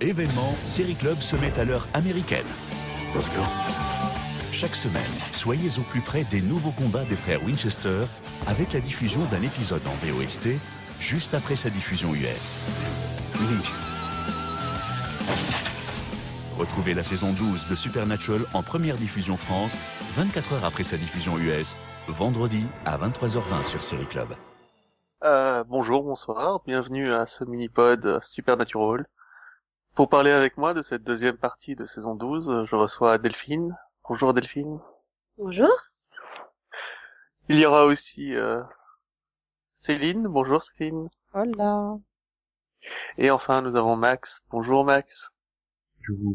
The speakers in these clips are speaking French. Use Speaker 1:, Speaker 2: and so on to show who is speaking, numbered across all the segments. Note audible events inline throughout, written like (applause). Speaker 1: Événements, Série Club se met à l'heure américaine.
Speaker 2: Let's go.
Speaker 1: Chaque semaine, soyez au plus près des nouveaux combats des frères Winchester avec la diffusion d'un épisode en VOST juste après sa diffusion US.
Speaker 2: We need you.
Speaker 1: Retrouvez la saison 12 de Supernatural en première diffusion France, 24 heures après sa diffusion US, vendredi à 23h20 sur Série Club.
Speaker 3: Euh, bonjour, bonsoir, bienvenue à ce mini-pod Supernatural. Pour parler avec moi de cette deuxième partie de saison 12, je reçois Delphine. Bonjour Delphine.
Speaker 4: Bonjour.
Speaker 3: Il y aura aussi euh, Céline. Bonjour Céline.
Speaker 4: Hola.
Speaker 3: Et enfin, nous avons Max. Bonjour Max. Bonjour.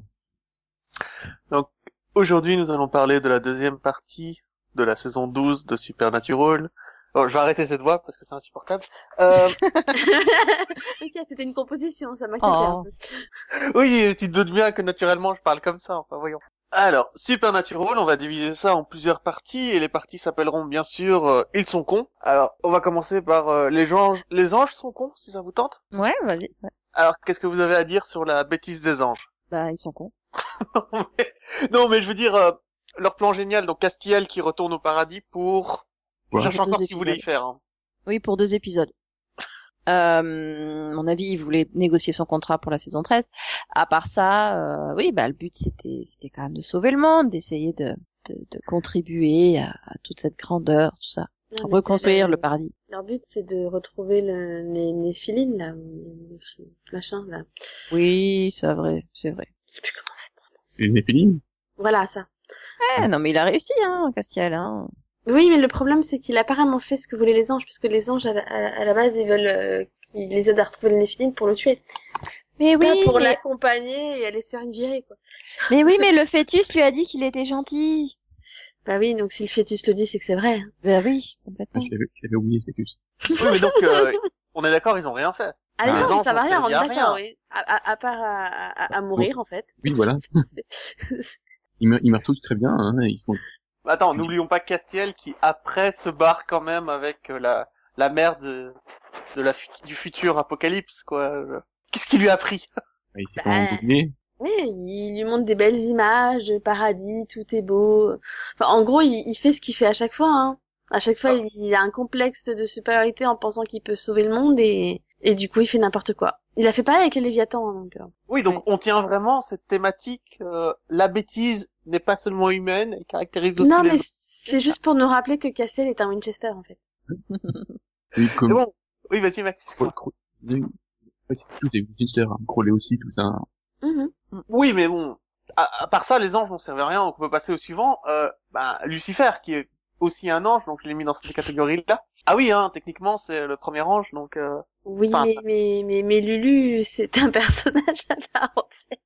Speaker 3: Donc, aujourd'hui, nous allons parler de la deuxième partie de la saison 12 de Supernatural. Bon, je vais arrêter cette voix parce que c'est insupportable. Euh,
Speaker 4: ok, c'était une composition, ça m'inquiétait un
Speaker 5: Oh.
Speaker 4: peu.
Speaker 3: Oui, tu te doutes bien que naturellement je parle comme ça, enfin voyons. Alors, Supernatural, on va diviser ça en plusieurs parties, et les parties s'appelleront bien sûr euh, Ils sont cons. Alors, on va commencer par euh, les, anges... les anges sont cons, si ça vous tente.
Speaker 5: Ouais, vas-y. Ouais.
Speaker 3: Alors, qu'est-ce que vous avez à dire sur la bêtise des anges (laughs)
Speaker 5: Bah, ils sont cons.
Speaker 3: non, mais... non, mais je veux dire, euh, leur plan génial, donc Castiel qui retourne au paradis pour... Je
Speaker 2: Ouais.
Speaker 3: cherche encore
Speaker 5: Deux
Speaker 3: ce qu'ils voulaient y
Speaker 5: épisodes.
Speaker 3: faire. hein.
Speaker 5: Oui, pour deux épisodes. (laughs) Euh, à mon avis, il voulait négocier son contrat pour la saison 13. À part ça, euh, oui, bah le but c'était c'était quand même de sauver le monde, d'essayer de, de, de contribuer à, à toute cette grandeur, tout ça,
Speaker 4: Non, mais
Speaker 5: reconstruire
Speaker 4: c'est-
Speaker 5: le paradis.
Speaker 4: Leur but, c'est de retrouver le, les, les filines, là, ou les- les machins, là.
Speaker 5: Oui, c'est vrai, c'est vrai.
Speaker 4: Je sais plus comment ça s'appelle.
Speaker 2: C'est une épiline
Speaker 4: Voilà, ça.
Speaker 5: Eh, non, mais il a réussi, hein, Castiel. Hein.
Speaker 4: Oui, mais le problème, c'est qu'il a apparemment fait ce que voulaient les anges, parce que les anges, à, la- à- à la base, ils veulent euh, qu'il les aide à retrouver le Néphilim pour le tuer.
Speaker 5: Mais
Speaker 4: Pas
Speaker 5: oui,
Speaker 4: pour
Speaker 5: mais,
Speaker 4: l'accompagner et aller se faire une virée, quoi.
Speaker 5: mais oui, mais le (laughs) fœtus lui a dit qu'il était gentil.
Speaker 4: Bah oui, donc si le fœtus le dit, c'est que c'est vrai. hein.
Speaker 5: Bah oui,
Speaker 2: ah,
Speaker 5: complètement.
Speaker 2: Je l'avais je l'avais oublié, ce fœtus.
Speaker 3: Oui, mais donc, euh, (laughs) on est d'accord, ils ont rien fait.
Speaker 4: Ah,
Speaker 3: Les
Speaker 4: les anges,
Speaker 3: anges,
Speaker 4: ça va
Speaker 3: on
Speaker 4: rien,
Speaker 3: sait
Speaker 4: on est
Speaker 3: bien
Speaker 4: d'accord,
Speaker 3: rien.
Speaker 4: oui. À, à, à part à, à- à mourir, en fait.
Speaker 2: Oui, voilà. Ils meurent, ils meurent tous très bien. Hein. Ils font...
Speaker 3: Attends, n'oublions pas Castiel qui après se barre quand même avec euh, la la mère de de la fu- du futur apocalypse quoi. Euh, Qu'est-ce qu'il lui a pris
Speaker 2: Ah, il s'est
Speaker 4: Bah.
Speaker 2: quand même débrouillé.
Speaker 4: Oui, il lui montre des belles images de paradis, tout est beau. Enfin, en gros, il, il fait ce qu'il fait à chaque fois. Hein. À chaque fois, il, il a un complexe de supériorité en pensant qu'il peut sauver le monde et, et du coup, il fait n'importe quoi. Il a fait pareil avec les Léviathans. hein, Donc, euh.
Speaker 3: Oui, donc on tient vraiment cette thématique euh, la bêtise n'est pas seulement humaine, elle caractérise aussi
Speaker 4: Non,
Speaker 3: les
Speaker 4: mais c'est juste pour nous rappeler que Cassel est un Winchester, en fait.
Speaker 2: Oui,
Speaker 3: C'est
Speaker 2: comme
Speaker 3: bon. Oui, vas-y Max.
Speaker 2: Cro- Cro- Oui, Ouais, c'est tout, c'est Winchester, hein. Crowley aussi, tout ça.
Speaker 4: Mhm.
Speaker 3: Oui, mais bon, à, à part ça les anges n'ont servi à rien, donc on peut passer au suivant euh, bah, Lucifer qui est aussi un ange, donc je l'ai mis dans cette catégorie là. Ah oui, hein, techniquement c'est le premier ange, donc euh,
Speaker 4: Oui,
Speaker 3: Enfin,
Speaker 4: mais,
Speaker 3: ça-
Speaker 4: mais, mais, mais Lulu, c'est un (laughs) personnage à part entière.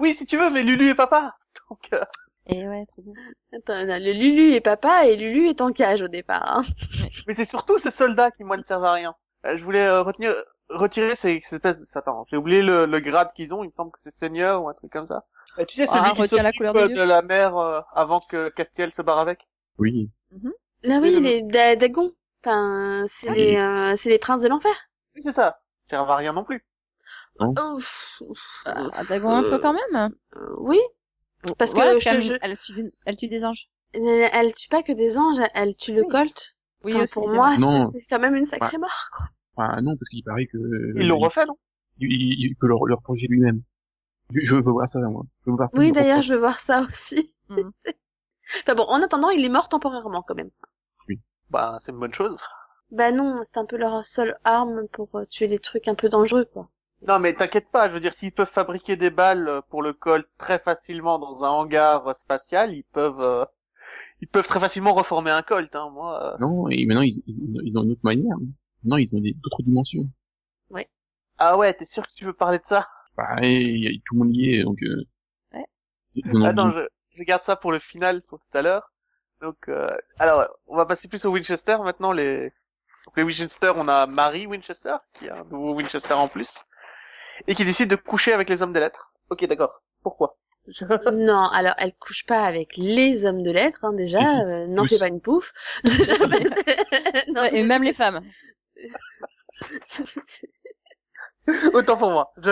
Speaker 3: oui si tu veux, mais Lulu et papa. (laughs) Donc euh,
Speaker 5: Et ouais, trop bien.
Speaker 4: Attends, non, le Lulu est papa et Lulu est en cage au départ. Hein.
Speaker 3: Mais c'est surtout ces soldats qui, moi, ne servent à rien. Euh, je voulais euh, retenir, retirer ces, ces espèces de... Attends, j'ai oublié le, le grade qu'ils ont. Il me semble que c'est seigneur ou un truc comme ça. Euh, tu sais,
Speaker 5: Ah,
Speaker 3: celui qui
Speaker 5: retiens la
Speaker 3: s'occupe
Speaker 5: couleur
Speaker 3: euh,
Speaker 5: des
Speaker 3: de
Speaker 5: yeux.
Speaker 3: la mer euh, avant que Castiel se barre avec.
Speaker 2: Oui.
Speaker 4: Là, oui,
Speaker 3: Oui, non,
Speaker 4: les Da- Dagon. Enfin, c'est
Speaker 2: Ah,
Speaker 4: les,
Speaker 2: oui.
Speaker 4: euh, c'est les princes de l'enfer.
Speaker 3: Oui, c'est ça. Ils servent à rien non plus.
Speaker 4: Oh, pff, pff, euh,
Speaker 5: Ah, Dagon un peu quand même.
Speaker 4: oui, Parce que
Speaker 5: Ouais,
Speaker 4: je-
Speaker 5: calme,
Speaker 4: je-
Speaker 5: Elle, tue, des- elle tue des anges.
Speaker 4: elle, elle tue pas que des anges, elle- elle tue le
Speaker 5: Oui.
Speaker 4: Colt.
Speaker 5: Oui,
Speaker 4: Enfin,
Speaker 5: aussi,
Speaker 4: pour
Speaker 5: c'est
Speaker 4: moi,
Speaker 2: vrai. Non.
Speaker 4: c'est c'est quand même une sacrée mort. Quoi.
Speaker 2: Ah non, parce qu'il paraît que... euh,
Speaker 3: Ils l'ont refait, non
Speaker 2: il, il- il peut leur, leur projet lui-même. Je, je veux voir ça, moi. Je veux voir ça.
Speaker 4: Oui,
Speaker 2: je-
Speaker 4: d'ailleurs, je veux voir ça aussi.
Speaker 5: Mhm.
Speaker 4: (laughs) enfin bon, en attendant, il est mort temporairement quand même.
Speaker 3: Bah, c'est une bonne chose.
Speaker 4: Bah non, c'est un peu leur seule arme pour euh, tuer les trucs un peu dangereux,
Speaker 5: (laughs)
Speaker 4: quoi.
Speaker 3: Non, mais t'inquiète pas. Je veux dire, s'ils peuvent fabriquer des balles euh, pour le col très facilement dans un hangar euh, spatial, ils peuvent... euh, Ils peuvent très facilement reformer un Colt, hein, moi. euh.
Speaker 2: Non, et maintenant, ils, ils, ils ont une autre manière. Non, ils ont des- d'autres dimensions.
Speaker 3: Ah ouais, t'es sûr que tu veux parler de ça
Speaker 2: Bah, et, y a- tout le monde y est, donc... Euh,
Speaker 5: Ouais.
Speaker 2: ils en ont
Speaker 3: Attends,
Speaker 2: oublié.
Speaker 3: je, je garde ça pour le final, pour tout à l'heure. Donc, euh, alors, on va passer plus au Winchester maintenant. Les, donc les Winchester, on a Marie Winchester, qui a un nouveau Winchester en plus, et qui décide de coucher avec les hommes des lettres. Ok, d'accord. Pourquoi Je- (laughs)
Speaker 4: non, alors elle couche pas avec les hommes de lettres, hein, déjà.
Speaker 2: Si, si,
Speaker 4: euh, n'en
Speaker 2: tous.
Speaker 4: fais pas une pouffe. (laughs)
Speaker 5: (laughs)
Speaker 4: Non, mais c'est- (laughs) non,
Speaker 5: et même les femmes.
Speaker 4: mais-
Speaker 3: Autant pour moi. Je-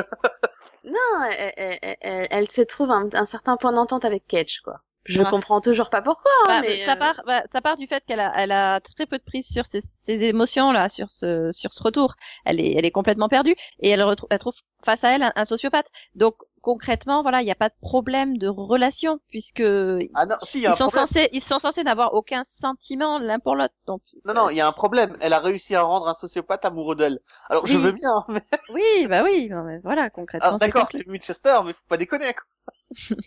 Speaker 4: Non, elle, elle, elle- elle- elle se trouve un, un certain point d'entente avec Ketch, quoi. Je
Speaker 5: Ah.
Speaker 4: comprends toujours pas pourquoi, hein,
Speaker 5: Bah,
Speaker 4: mais...
Speaker 5: ça
Speaker 4: euh,
Speaker 5: part, bah, ça part du fait qu'elle a, elle a très peu de prise sur ses, ses émotions là, sur ce, sur ce retour. Elle est, elle est complètement perdue et elle, retrou- elle trouve face à elle un, un sociopathe. Donc concrètement, voilà, il n'y a pas de problème de relation puisque ils
Speaker 3: Ah non, si, il y a un
Speaker 5: sont
Speaker 3: problème.
Speaker 5: censés, ils sont censés n'avoir aucun sentiment l'un pour l'autre. Donc
Speaker 3: Non, non, il y a un problème. Elle a réussi à rendre un sociopathe amoureux d'elle. Alors, je
Speaker 5: Oui.
Speaker 3: veux bien, mais...
Speaker 5: oui, bah oui, non, mais voilà, concrètement.
Speaker 3: Alors,
Speaker 5: c'est
Speaker 3: Ah, d'accord,
Speaker 5: comme
Speaker 3: c'est Winchester, mais faut pas déconner, quoi.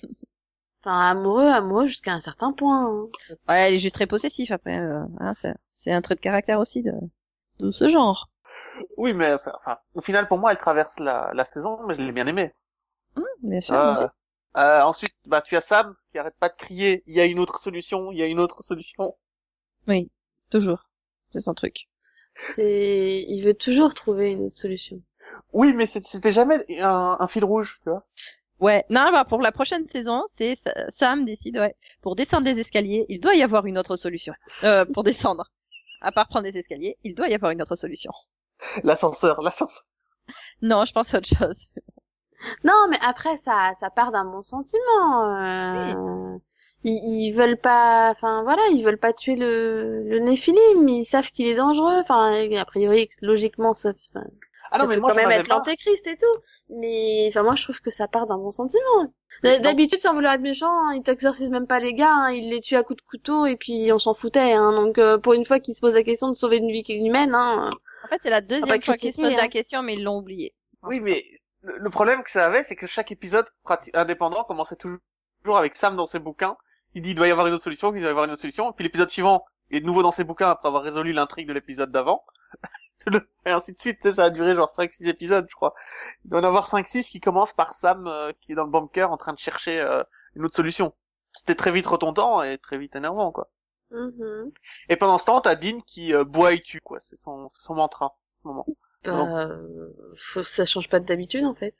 Speaker 4: Enfin, amoureux, amoureux jusqu'à un certain point. hein.
Speaker 5: ça. Ouais, elle est juste très possessif après. euh, hein, c'est, c'est un trait de caractère aussi de, de ce genre.
Speaker 3: Oui, mais, enfin, enfin, au final, pour moi, elle traverse la, la saison, mais je l'ai bien aimée.
Speaker 5: Hum, bien sûr. bien
Speaker 4: Ah.
Speaker 3: Euh,
Speaker 5: sûr.
Speaker 3: euh, ensuite, bah, tu as Sam, qui arrête pas de crier, il y a une autre solution, il y a une autre solution.
Speaker 5: Toujours. C'est son truc.
Speaker 4: C'est, il veut toujours trouver une autre solution.
Speaker 3: Oui, mais c'est- c'était jamais un, un fil rouge, tu vois.
Speaker 5: Ouais, non, bah, pour la prochaine saison, c'est Sa- Sam décide, ouais, pour descendre des escaliers, il doit y avoir une autre solution. Euh, pour descendre, à part prendre des escaliers, il doit y avoir une autre solution.
Speaker 3: L'ascenseur, l'ascenseur.
Speaker 5: Non, je pense à autre chose.
Speaker 4: Non, mais après, ça, ça part d'un bon sentiment. euh, Ils, ils veulent pas, enfin voilà, ils veulent pas tuer le, le Néphilim, mais ils savent qu'il est dangereux. Enfin, a priori, logiquement, ça, enfin,
Speaker 3: Ah non,
Speaker 4: ça
Speaker 3: mais
Speaker 4: peut
Speaker 3: moi,
Speaker 4: quand
Speaker 3: je
Speaker 4: même
Speaker 3: m'en avais
Speaker 4: être
Speaker 3: marre.
Speaker 4: l'antéchrist et tout. Mais enfin, moi, je trouve que ça part d'un bon sentiment.
Speaker 3: Mais
Speaker 4: D-
Speaker 3: non.
Speaker 4: D'habitude, sans vouloir être méchant, hein, ils t'exorcisent même pas les gars, hein, ils les tuent à coups de couteau et puis on s'en foutait. Hein, donc, euh, pour une fois qu'ils se posent la question de sauver une vie humaine, hein,
Speaker 5: En fait, c'est la deuxième
Speaker 3: Ah,
Speaker 4: bah,
Speaker 5: fois qu'il se
Speaker 4: critiquer,
Speaker 5: pose la
Speaker 4: hein.
Speaker 5: question, mais ils l'ont oublié.
Speaker 3: Oui, mais le le problème que ça avait, c'est que chaque épisode prati- indépendant commençait toujours avec Sam dans ses bouquins. Il dit il doit y avoir une autre solution, il doit y avoir une autre solution. Et puis l'épisode suivant, il est de nouveau dans ses bouquins après avoir résolu l'intrigue de l'épisode d'avant. (laughs) Et ainsi de suite, tu sais, ça a duré genre 5-6 épisodes, je crois. Il doit y en avoir 5-6 qui commencent par Sam euh, qui est dans le bunker en train de chercher euh, une autre solution. C'était très vite retondant et très vite énervant, quoi.
Speaker 5: Mm-hmm.
Speaker 4: mhm.
Speaker 3: Et pendant ce temps, t'as Dean qui euh, boit et tue, quoi. C'est son, c'est son mantra, en ce moment. Non.
Speaker 4: Euh, faut- ça change pas d'habitude en fait.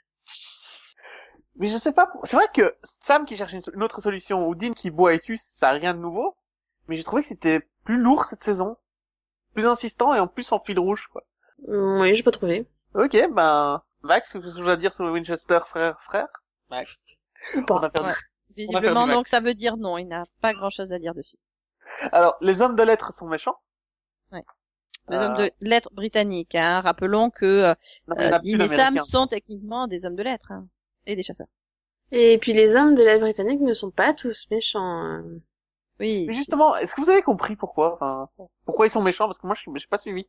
Speaker 3: Mais je sais pas. pour- C'est vrai que Sam qui cherche une, so- une autre solution ou Dean qui boit et tue, ça a rien de nouveau. Mais j'ai trouvé que c'était plus lourd cette saison, plus insistant et en plus en fil rouge. Quoi.
Speaker 4: Mm, Oui, j'ai pas trouvé.
Speaker 3: Ok, ben Max, quelque chose à dire sur le Winchester frère frère Max. On a perdu. On
Speaker 5: Ouais.
Speaker 3: a perdu
Speaker 5: Visiblement,
Speaker 3: Max.
Speaker 5: donc ça veut dire non, il n'a pas grand chose à dire dessus.
Speaker 3: Alors les hommes de lettres sont méchants.
Speaker 5: Les
Speaker 3: Euh.
Speaker 5: hommes de lettres britanniques, hein. rappelons que euh,
Speaker 3: Non, il y en a plus
Speaker 5: Dean et Sam
Speaker 3: d'Américains.
Speaker 5: sont techniquement des hommes de lettres hein, et des chasseurs.
Speaker 4: Et puis les hommes de l'aide britannique ne sont pas tous méchants. euh.
Speaker 5: Oui.
Speaker 3: Mais justement, est-ce que vous avez compris pourquoi enfin, Pourquoi ils sont méchants Parce que moi, je n'ai pas suivi.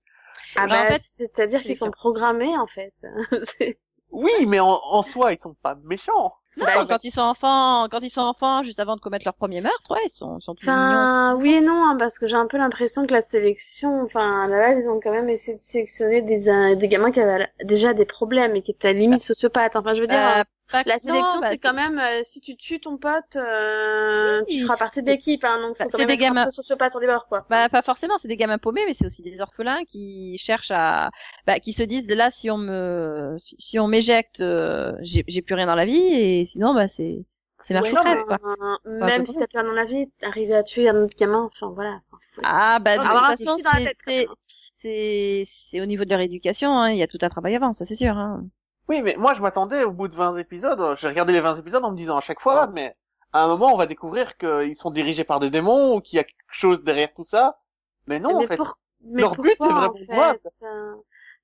Speaker 4: Ah
Speaker 5: Genre, en
Speaker 4: bah,
Speaker 5: fait,
Speaker 4: c'est-à-dire qu'ils
Speaker 5: c'est
Speaker 4: sont
Speaker 5: sûr.
Speaker 4: programmés en fait. (laughs) C'est-
Speaker 3: Oui, mais en, en soi, ils sont pas méchants. Ils sont
Speaker 5: Non,
Speaker 3: pas
Speaker 5: quand ils sont enfants, quand ils sont enfants, juste avant de commettre leur premier meurtre, ouais, ils sont, ils sont tous mignons.
Speaker 4: Enfin, oui et non, hein, parce que j'ai un peu l'impression que la sélection, enfin, à la base, ils ont quand même essayé de sélectionner des, euh, des gamins qui avaient déjà des problèmes et qui étaient à la limite sociopathes. Enfin, je veux dire,
Speaker 5: Bah, Euh,
Speaker 4: euh,
Speaker 5: pas-
Speaker 4: la
Speaker 5: non,
Speaker 4: sélection,
Speaker 5: bah,
Speaker 4: c'est quand même, euh, si tu tues ton pote, euh,
Speaker 5: Oui.
Speaker 4: tu feras partie de l'équipe, hein, donc
Speaker 5: Bah,
Speaker 4: faut quand
Speaker 5: c'est
Speaker 4: même
Speaker 5: des
Speaker 4: être un
Speaker 5: gamins.
Speaker 4: peu sociopathe sur les bords, quoi.
Speaker 5: Bah, pas forcément, c'est des gamins paumés, mais c'est aussi des orphelins qui cherchent à, bah, qui se disent là si on me, si, si on m'éjecte, euh, j'ai j'ai plus rien dans la vie et sinon bah c'est, c'est marche
Speaker 4: Ouais,
Speaker 5: ou crève
Speaker 4: non,
Speaker 5: quoi.
Speaker 4: euh,
Speaker 5: un
Speaker 4: Même
Speaker 5: peu
Speaker 4: si
Speaker 5: comme
Speaker 4: t'as perdu dans la vie, arriver à tuer un autre gamin, enfin voilà.
Speaker 5: Ah bah de
Speaker 3: Ah,
Speaker 5: toute
Speaker 3: mais
Speaker 4: avoir un
Speaker 5: façon
Speaker 4: souci dans la
Speaker 5: c'est-
Speaker 4: tête, quand
Speaker 5: c'est,
Speaker 4: même.
Speaker 5: c'est, c'est au niveau de leur éducation, hein, il y a tout un travail avant, ça c'est sûr. Hein.
Speaker 3: Oui, mais moi je m'attendais au bout de 20 épisodes, euh, j'ai regardé les 20 épisodes en me disant à chaque fois, mais à un moment on va découvrir qu'ils sont dirigés par des démons ou qu'il y a quelque chose derrière tout ça. Mais non,
Speaker 4: mais
Speaker 3: en fait.
Speaker 4: pour- mais
Speaker 3: leur but est
Speaker 4: pourquoi,
Speaker 3: vraiment louable.
Speaker 4: euh,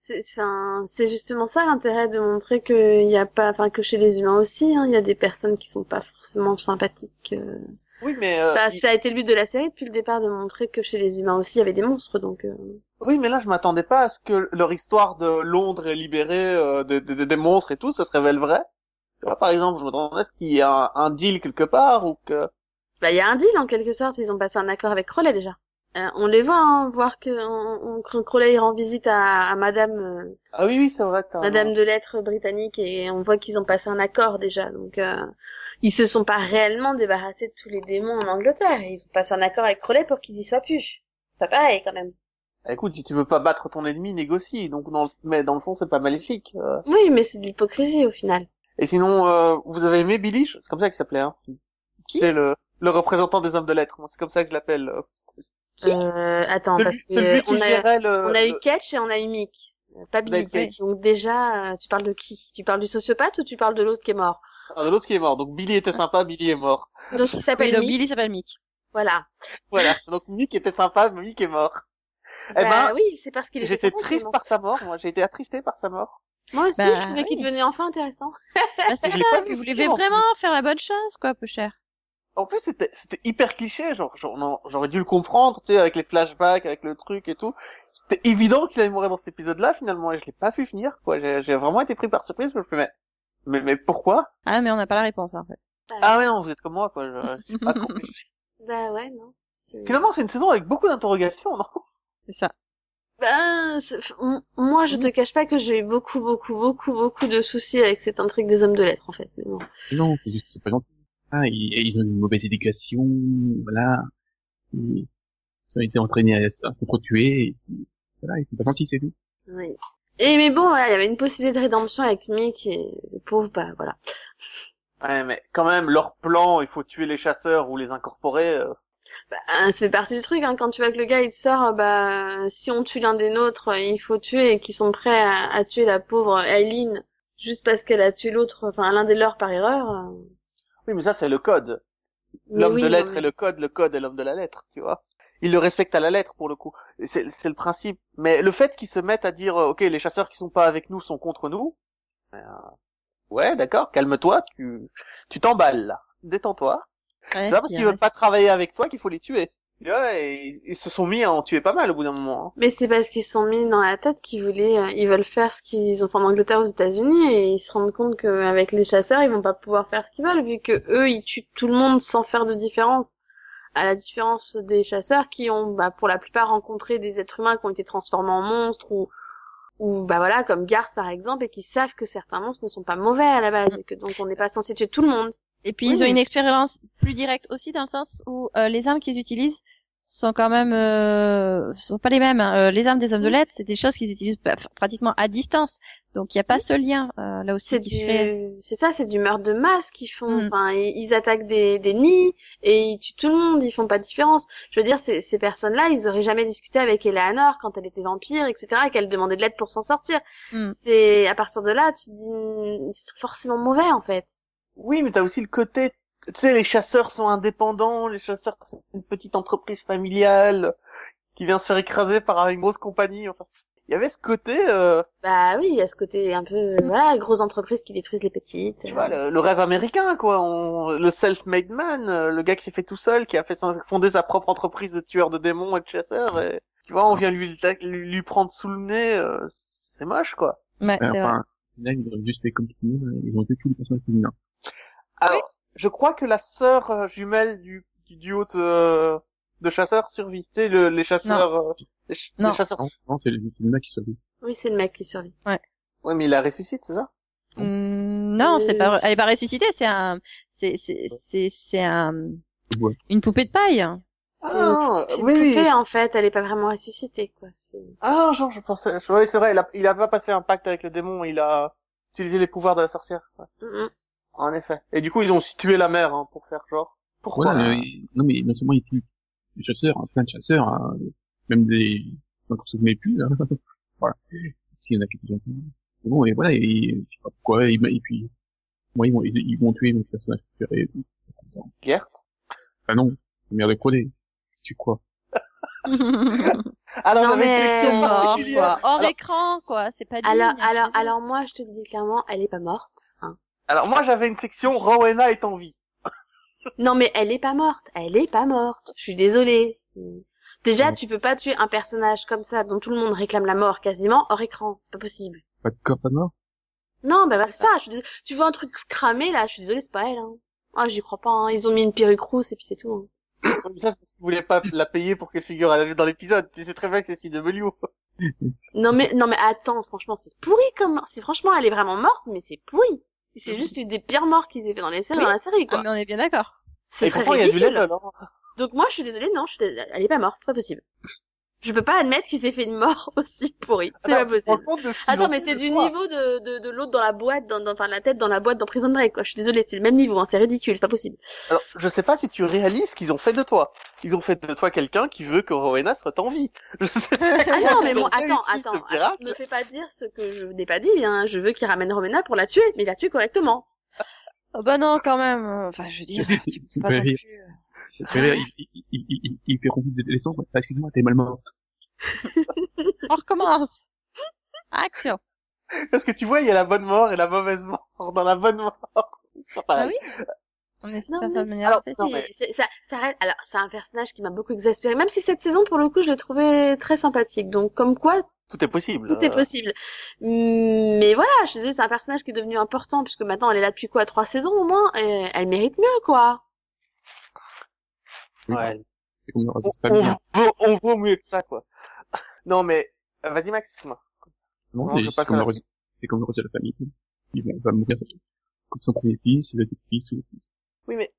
Speaker 4: c'est enfin, c'est justement ça l'intérêt de montrer que il y a pas enfin que chez les humains aussi hein, il y a des personnes qui sont pas forcément sympathiques. euh.
Speaker 3: Oui, mais euh,
Speaker 4: Enfin,
Speaker 3: il-
Speaker 4: ça a été le but de la série depuis le départ de montrer que chez les humains aussi il y avait des monstres donc euh,
Speaker 3: oui, mais là je m'attendais pas à ce que leur histoire de Londres est libérée euh, des, des- des monstres et tout, ça se révèle vrai. Tu vois, par exemple, je m'attendais à ce qu'il y ait un, un deal quelque part ou que.
Speaker 4: bah il y a un deal en quelque sorte, ils ont passé un accord avec Crowley déjà. Euh, on les voit hein, voir que on, on, que Crowley rend visite à, à madame euh,
Speaker 3: Ah oui, oui, c'est vrai. t'as-
Speaker 4: Madame de Lettres britannique et on voit qu'ils ont passé un accord déjà. Donc euh, ils se sont pas réellement débarrassés de tous les démons en Angleterre. Et Ils ont passé un accord avec Crowley pour qu'ils y soient plus. C'est pas pareil quand même.
Speaker 3: Ah, Écoute, si tu veux pas battre ton ennemi, négocie. Donc dans le... mais dans le fond c'est pas maléfique. euh.
Speaker 4: Oui, mais c'est de l'hypocrisie au final.
Speaker 3: Et sinon, euh, vous avez aimé Billy C'est comme ça qu'il s'appelait, hein C'est le, le représentant des hommes de lettres. Moi, c'est comme ça que je l'appelle. euh,
Speaker 4: Euh, attends,
Speaker 3: Celui,
Speaker 4: parce que
Speaker 3: celui
Speaker 4: on
Speaker 3: qui
Speaker 4: a,
Speaker 3: gérait euh, le...
Speaker 4: on a eu
Speaker 3: le-
Speaker 4: Ketch et on a eu Mick. Pas Billy.
Speaker 3: D'accord.
Speaker 4: Donc déjà, euh, tu parles de qui Tu parles du sociopathe ou tu parles de l'autre qui est mort
Speaker 3: Ah, de l'autre qui est mort. Donc Billy était sympa, Billy est mort.
Speaker 4: Donc il
Speaker 5: Oui,
Speaker 4: s'appelle
Speaker 5: donc
Speaker 4: Mick.
Speaker 5: Billy
Speaker 4: (laughs)
Speaker 5: s'appelle Mick.
Speaker 4: Voilà.
Speaker 3: Voilà. Donc Mick était sympa, mais Mick est mort. Eh
Speaker 4: bah,
Speaker 3: ben,
Speaker 4: oui, c'est parce qu'il était
Speaker 3: j'étais
Speaker 4: sympa,
Speaker 3: triste
Speaker 4: vraiment.
Speaker 3: par sa mort. Moi, j'ai été attristé par sa mort.
Speaker 4: Moi aussi,
Speaker 5: Bah,
Speaker 4: je trouvais qu'il
Speaker 5: oui.
Speaker 4: devenait enfin intéressant.
Speaker 5: Ah, c'est
Speaker 3: Je
Speaker 5: ça,
Speaker 3: l'ai pas vu
Speaker 5: vous voulez
Speaker 3: venir, en
Speaker 5: vraiment faire la bonne chose, quoi, peu cher.
Speaker 3: En plus, c'était c'était hyper cliché. Genre, genre, non, j'aurais dû le comprendre, tu sais, avec les flashbacks, avec le truc et tout. C'était évident qu'il allait mourir dans cet épisode-là finalement, et je l'ai pas vu finir. Quoi, j'ai j'ai vraiment été pris par surprise. Je me suis dit, mais mais, mais pourquoi
Speaker 5: Ah, mais on n'a pas la réponse, en fait.
Speaker 3: Ah mais non, vous êtes comme moi, quoi. je- j'ai pas
Speaker 4: Ah
Speaker 3: (laughs) compris.
Speaker 4: Bah ouais, non. C'est-
Speaker 3: Finalement, c'est une saison avec beaucoup d'interrogations, non
Speaker 5: (laughs) C'est ça.
Speaker 4: Ben, c'est- m- moi, je te cache pas que j'ai eu beaucoup, beaucoup, beaucoup, beaucoup de soucis avec cette intrigue des hommes de lettres, en fait. Mais bon.
Speaker 2: Non, c'est juste que c'est pas gentil. Ah, ils, et ils ont une mauvaise éducation, voilà. Ils ils ont été entraînés à, à contre-tuer, et puis, voilà, ils sont pas gentils, c'est tout.
Speaker 4: Oui. Et mais bon, voilà, il y avait une possibilité de rédemption avec Mick et le pauvre, bah voilà.
Speaker 3: Ouais, mais quand même, leur plan, il faut tuer les chasseurs ou les incorporer. euh,
Speaker 4: Bah, hein, ça fait partie du truc, hein, quand tu vois que le gars il te sort, euh, bah si on tue l'un des nôtres, euh, il faut tuer et qu'ils sont prêts à, à tuer la pauvre Eileen juste parce qu'elle a tué l'autre, enfin l'un des leurs par erreur. euh,
Speaker 3: Oui, mais ça, c'est le code.
Speaker 4: mais
Speaker 3: L'homme
Speaker 4: oui,
Speaker 3: de
Speaker 4: non,
Speaker 3: lettre
Speaker 4: mais-
Speaker 3: et le code, le code est l'homme de la lettre, tu vois. Ils le respectent à la lettre, pour le coup. Et C'est c'est le principe. Mais le fait qu'ils se mettent à dire, euh, ok, les chasseurs qui sont pas avec nous sont contre nous. euh, ouais, d'accord, calme-toi, tu tu t'emballes, là. Détends-toi.
Speaker 5: Ouais,
Speaker 3: C'est pas parce
Speaker 5: il
Speaker 3: qu'ils
Speaker 5: y a-
Speaker 3: veulent pas travailler avec toi qu'il faut les tuer. Tu vois, et ils, ils se sont mis à en tuer pas mal au bout d'un moment. hein.
Speaker 4: Mais c'est parce qu'ils se sont mis dans la tête qu'ils voulaient, euh, ils veulent faire ce qu'ils ont fait en Angleterre aux États-Unis et ils se rendent compte qu'avec les chasseurs, ils vont pas pouvoir faire ce qu'ils veulent vu que eux, ils tuent tout le monde sans faire de différence. À la différence des chasseurs qui ont, bah, pour la plupart, rencontré des êtres humains qui ont été transformés en monstres ou, ou bah voilà, comme Garth par exemple, et qui savent que certains monstres ne sont pas mauvais à la base et que donc on n'est pas censé tuer tout le monde.
Speaker 5: Et puis
Speaker 3: Oui,
Speaker 5: ils ont
Speaker 3: mais-
Speaker 5: une expérience plus directe aussi dans le sens où euh, les armes qu'ils utilisent sont quand même euh, sont pas les mêmes. hein. Euh, les armes des hommes de lettres, c'est des choses qu'ils utilisent bah, f- pratiquement à distance. Donc il n'y a pas ce lien euh, là aussi
Speaker 4: C'est
Speaker 5: qui se crée.
Speaker 4: du, c'est ça, c'est du meurtre de masse qu'ils font.
Speaker 5: Mm.
Speaker 4: Enfin, ils, ils attaquent des, des nids et ils tuent tout le monde. Ils font pas de différence. Je veux dire, ces, ces personnes-là, ils auraient jamais discuté avec Eleanor quand elle était vampire, etc., et qu'elle demandait de l'aide pour s'en sortir.
Speaker 5: Mm.
Speaker 4: C'est à partir de là, tu te dis, c'est forcément mauvais en fait.
Speaker 3: Oui, mais t'as aussi le côté, tu sais, les chasseurs sont indépendants, les chasseurs, c'est une petite entreprise familiale qui vient se faire écraser par une grosse compagnie. Enfin, c'est- il y avait ce côté, euh,
Speaker 4: Bah oui, il y a ce côté un peu, euh,
Speaker 5: Mm.
Speaker 4: voilà, grosse entreprise qui détruisent les petites.
Speaker 3: tu vois, le, le rêve américain, quoi. On- le self-made man, euh, le gars qui s'est fait tout seul, qui a fait sa- fonder sa propre entreprise de tueur de démons et de chasseurs. Et, tu vois, on vient lui, lui, lui prendre sous le nez. euh, c'est moche, quoi.
Speaker 5: Ouais,
Speaker 2: Ah,
Speaker 5: c'est vrai.
Speaker 2: Enfin, là, ils ont juste fait comme tout le monde, hein, ils ont tué tous les personnages féminins.
Speaker 3: Alors, je crois que la sœur euh, jumelle du, du duo de, de chasseurs survit. Tu sais, le- les chasseurs... euh, les ch-
Speaker 5: Non.
Speaker 3: les chasseurs
Speaker 2: Non, non, c'est les féminins qui survivent.
Speaker 4: Oui, c'est le mec qui survit.
Speaker 3: Oui, mais il la ressuscite, c'est ça
Speaker 5: Mm, non, c'est pas. Elle est pas ressuscitée. C'est un. C'est c'est c'est c'est un.
Speaker 2: Ouais.
Speaker 5: Une poupée de
Speaker 4: (laughs)
Speaker 5: paille. hein.
Speaker 3: Ah,
Speaker 4: C'est une
Speaker 3: oui, oui.
Speaker 4: poupée, en fait, elle est pas vraiment ressuscitée, quoi. C'est...
Speaker 3: Ah, genre, je pensais... je- Oui, c'est vrai, il a... il a pas passé un pacte avec le démon, il a utilisé les pouvoirs de la sorcière. ouais.
Speaker 4: Mm, mm.
Speaker 3: En effet. Et du coup, ils ont aussi tué la mère, hein, pour faire genre... Pourquoi
Speaker 2: Voilà, mais- non, mais non seulement ils tuent des chasseurs, hein, plein de chasseurs, hein, même des... Je ne souvenais plus, là. (laughs) voilà. S'il y en a quelques-uns. Mais Bon, et voilà, et, et je sais pas pourquoi, et, ben, et puis... Moi, ils vont, ils, ils vont tuer mon personnage préféré.
Speaker 3: Gert
Speaker 2: Enfin Ah non, merde de coller. Tu crois
Speaker 3: Alors,
Speaker 4: Non,
Speaker 3: j'avais
Speaker 4: mais-
Speaker 3: été
Speaker 5: C'est
Speaker 3: question
Speaker 5: mort,
Speaker 3: particulière.
Speaker 5: quoi. Hors
Speaker 3: Alors-
Speaker 5: écran, quoi. C'est pas digne.
Speaker 4: Alors,
Speaker 5: je suis
Speaker 4: alors,
Speaker 5: désolée.
Speaker 4: alors, moi, je te le dis clairement, elle est pas morte.
Speaker 3: Alors, moi, j'avais une section « Rowena est en vie
Speaker 4: Non, mais elle est pas morte. Elle est pas morte. Je suis désolée. Déjà, tu peux pas tuer un personnage comme ça dont tout le monde réclame la mort quasiment hors écran. C'est pas possible.
Speaker 2: Pas de corps, pas de mort
Speaker 4: Non, bah, bah ça. Je suis dés- Tu vois un truc cramé là, je suis désolée, c'est pas elle. Hein. Ah, j'y crois pas. hein. Ils ont mis une perruque rousse et puis c'est tout. hein. ».
Speaker 3: Oui, mais Ça, c'est parce qu'ils voulaient pas la payer pour qu'elle figure à la vue dans l'épisode. Tu sais très bien que c'est CW.
Speaker 4: Non mais non mais attends, franchement, c'est pourri comme. Si franchement, elle est vraiment morte, mais c'est pourri. C'est juste une des pires morts qu'ils aient fait dans les séries,
Speaker 5: Oui.
Speaker 4: dans la série
Speaker 5: Ah,
Speaker 4: quoi.
Speaker 5: mais on est bien d'accord.
Speaker 4: Ce
Speaker 3: Et
Speaker 4: serait
Speaker 3: pourtant, il y a du
Speaker 4: ridicule.
Speaker 3: level, hein.
Speaker 4: Donc moi, je suis désolée, non, je suis dés- elle est pas morte, c'est pas possible. Je peux pas admettre qu'il s'est fait une mort (laughs) aussi pourrie. C'est
Speaker 3: Attends,
Speaker 4: pas
Speaker 3: tu te rends
Speaker 4: possible.
Speaker 3: compte de ce qu'ils ont
Speaker 4: Attends,
Speaker 3: fait
Speaker 4: mais t'es
Speaker 3: de
Speaker 4: du
Speaker 3: toi
Speaker 4: niveau de, de, de l'autre dans la boîte, dans, dans, enfin la tête dans la boîte dans Prison Break, quoi. Je suis désolée, c'est le même niveau, hein, c'est ridicule, c'est pas possible.
Speaker 3: Alors, je sais pas si tu réalises ce qu'ils ont fait de toi. Ils ont fait de toi quelqu'un qui veut que Rowena soit en vie. Je sais pas
Speaker 4: (laughs) Ah non,
Speaker 3: comment
Speaker 4: mais
Speaker 3: ils
Speaker 4: bon,
Speaker 3: ont
Speaker 4: attends,
Speaker 3: réussi ce
Speaker 4: attends, attends,
Speaker 3: miracle.
Speaker 4: me fais pas dire ce que je n'ai pas dit, hein. Je veux qu'il ramène Romena pour la tuer, mais il la tue correctement.
Speaker 5: Oh bah non, quand même. Enfin, je veux
Speaker 2: (laughs)
Speaker 5: dire, (laughs) tu
Speaker 2: C'est
Speaker 5: peux pas non
Speaker 2: vrai.
Speaker 5: plus, euh,
Speaker 2: Ça fait rire, il, il, il, il, il, il fait conduire de l'essence. Ah, excuse-moi, t'es mal morte.
Speaker 5: euh, On recommence. (laughs) Action.
Speaker 3: Parce que tu vois, il y a la bonne mort et la mauvaise mort. Dans la bonne mort, (laughs) c'est pas
Speaker 5: Ah
Speaker 3: pareil.
Speaker 5: oui. On est
Speaker 4: Non,
Speaker 5: de
Speaker 4: mais-
Speaker 5: certaine manière.
Speaker 3: Bah alors,
Speaker 5: c'est-
Speaker 3: non, mais-
Speaker 4: C'est- ça, ça reste- Alors, c'est un personnage qui m'a beaucoup exaspéré, même si cette saison, pour le coup, je l'ai trouvé très sympathique. Donc, comme quoi,
Speaker 3: Tout est possible.
Speaker 4: tout est
Speaker 3: Euh,
Speaker 4: possible. Hum, Mais voilà, je suis désolée, c'est un personnage qui est devenu important, puisque maintenant, elle est là depuis quoi, trois saisons au moins, et elle mérite mieux, quoi.
Speaker 3: ouais.
Speaker 2: C'est comme dans Oasis
Speaker 3: On,
Speaker 5: Oh,
Speaker 2: Family, hein.
Speaker 3: vaut, on vaut mieux que ça, quoi. (laughs) non, mais, euh, vas-y, Max, excuse-moi.
Speaker 5: oh,
Speaker 2: Non,
Speaker 3: Non,
Speaker 2: c'est
Speaker 3: oh, je
Speaker 2: juste
Speaker 3: passe
Speaker 2: comme
Speaker 3: à
Speaker 2: dans
Speaker 3: la
Speaker 2: Oasis- c'est comme dans Oasis de la famille. Il va, il va mourir comme son premier fils, il va être fils ou fils.
Speaker 3: Oui, mais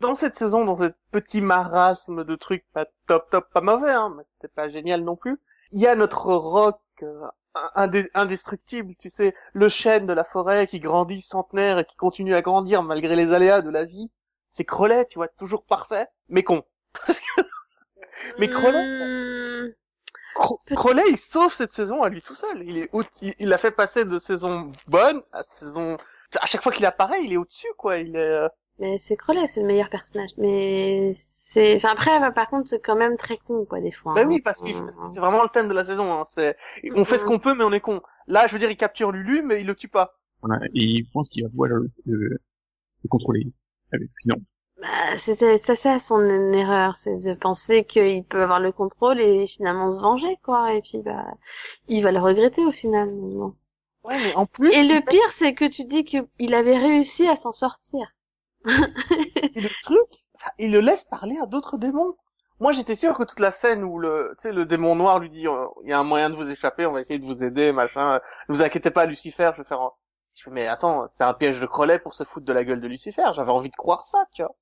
Speaker 3: dans cette saison, dans ce petit marasme de trucs pas top, top, pas mauvais, hein, mais c'était pas génial non plus, il y a notre rock euh, indé- indestructible, tu sais, le chêne de la forêt qui grandit centenaire et qui continue à grandir malgré les aléas de la vie. C'est Crowley, tu vois, toujours parfait, mais con. Mais Crowley,
Speaker 4: Mmh.
Speaker 3: Cro- Crowley, il sauve cette saison à lui tout seul. Il est au- il, il a fait passer de saison bonne à saison... À chaque fois qu'il apparaît, il est au-dessus, quoi. Il est... euh,
Speaker 4: Mais c'est Crowley, c'est le meilleur personnage. Mais c'est, enfin après, elle va par contre, c'est quand même très con, quoi, des fois.
Speaker 3: Bah
Speaker 4: hein. Mmh.
Speaker 3: oui, parce que c'est vraiment le thème de la saison. Hein. C'est (laughs) on fait ce
Speaker 4: Mhm.
Speaker 3: qu'on peut, mais on est con. Là, je veux dire, il capture Lulu, mais il le tue pas.
Speaker 2: Voilà. Et il pense qu'il va pouvoir le, le, le contrôler. Avec puis non.
Speaker 4: Bah, c'est c'est- ça, c'est son erreur, c'est de penser qu'il peut avoir le contrôle et finalement se venger, quoi. Et puis, bah, il va le regretter au final. mais bon.
Speaker 3: Ouais, mais en plus,
Speaker 4: Et le pire, c'est que tu dis qu'il avait réussi à s'en sortir.
Speaker 3: et le truc, enfin, il le laisse parler à d'autres démons. Moi, j'étais sûr que toute la scène où le, tu sais, le démon noir lui dit, euh, il y a un moyen de vous échapper, on va essayer de vous aider, machin. Ne vous inquiétez pas, Lucifer, je vais faire. Un... Je fais, mais attends, c'est un piège de Crowley pour se foutre de la gueule de Lucifer. J'avais envie de croire ça, tu vois.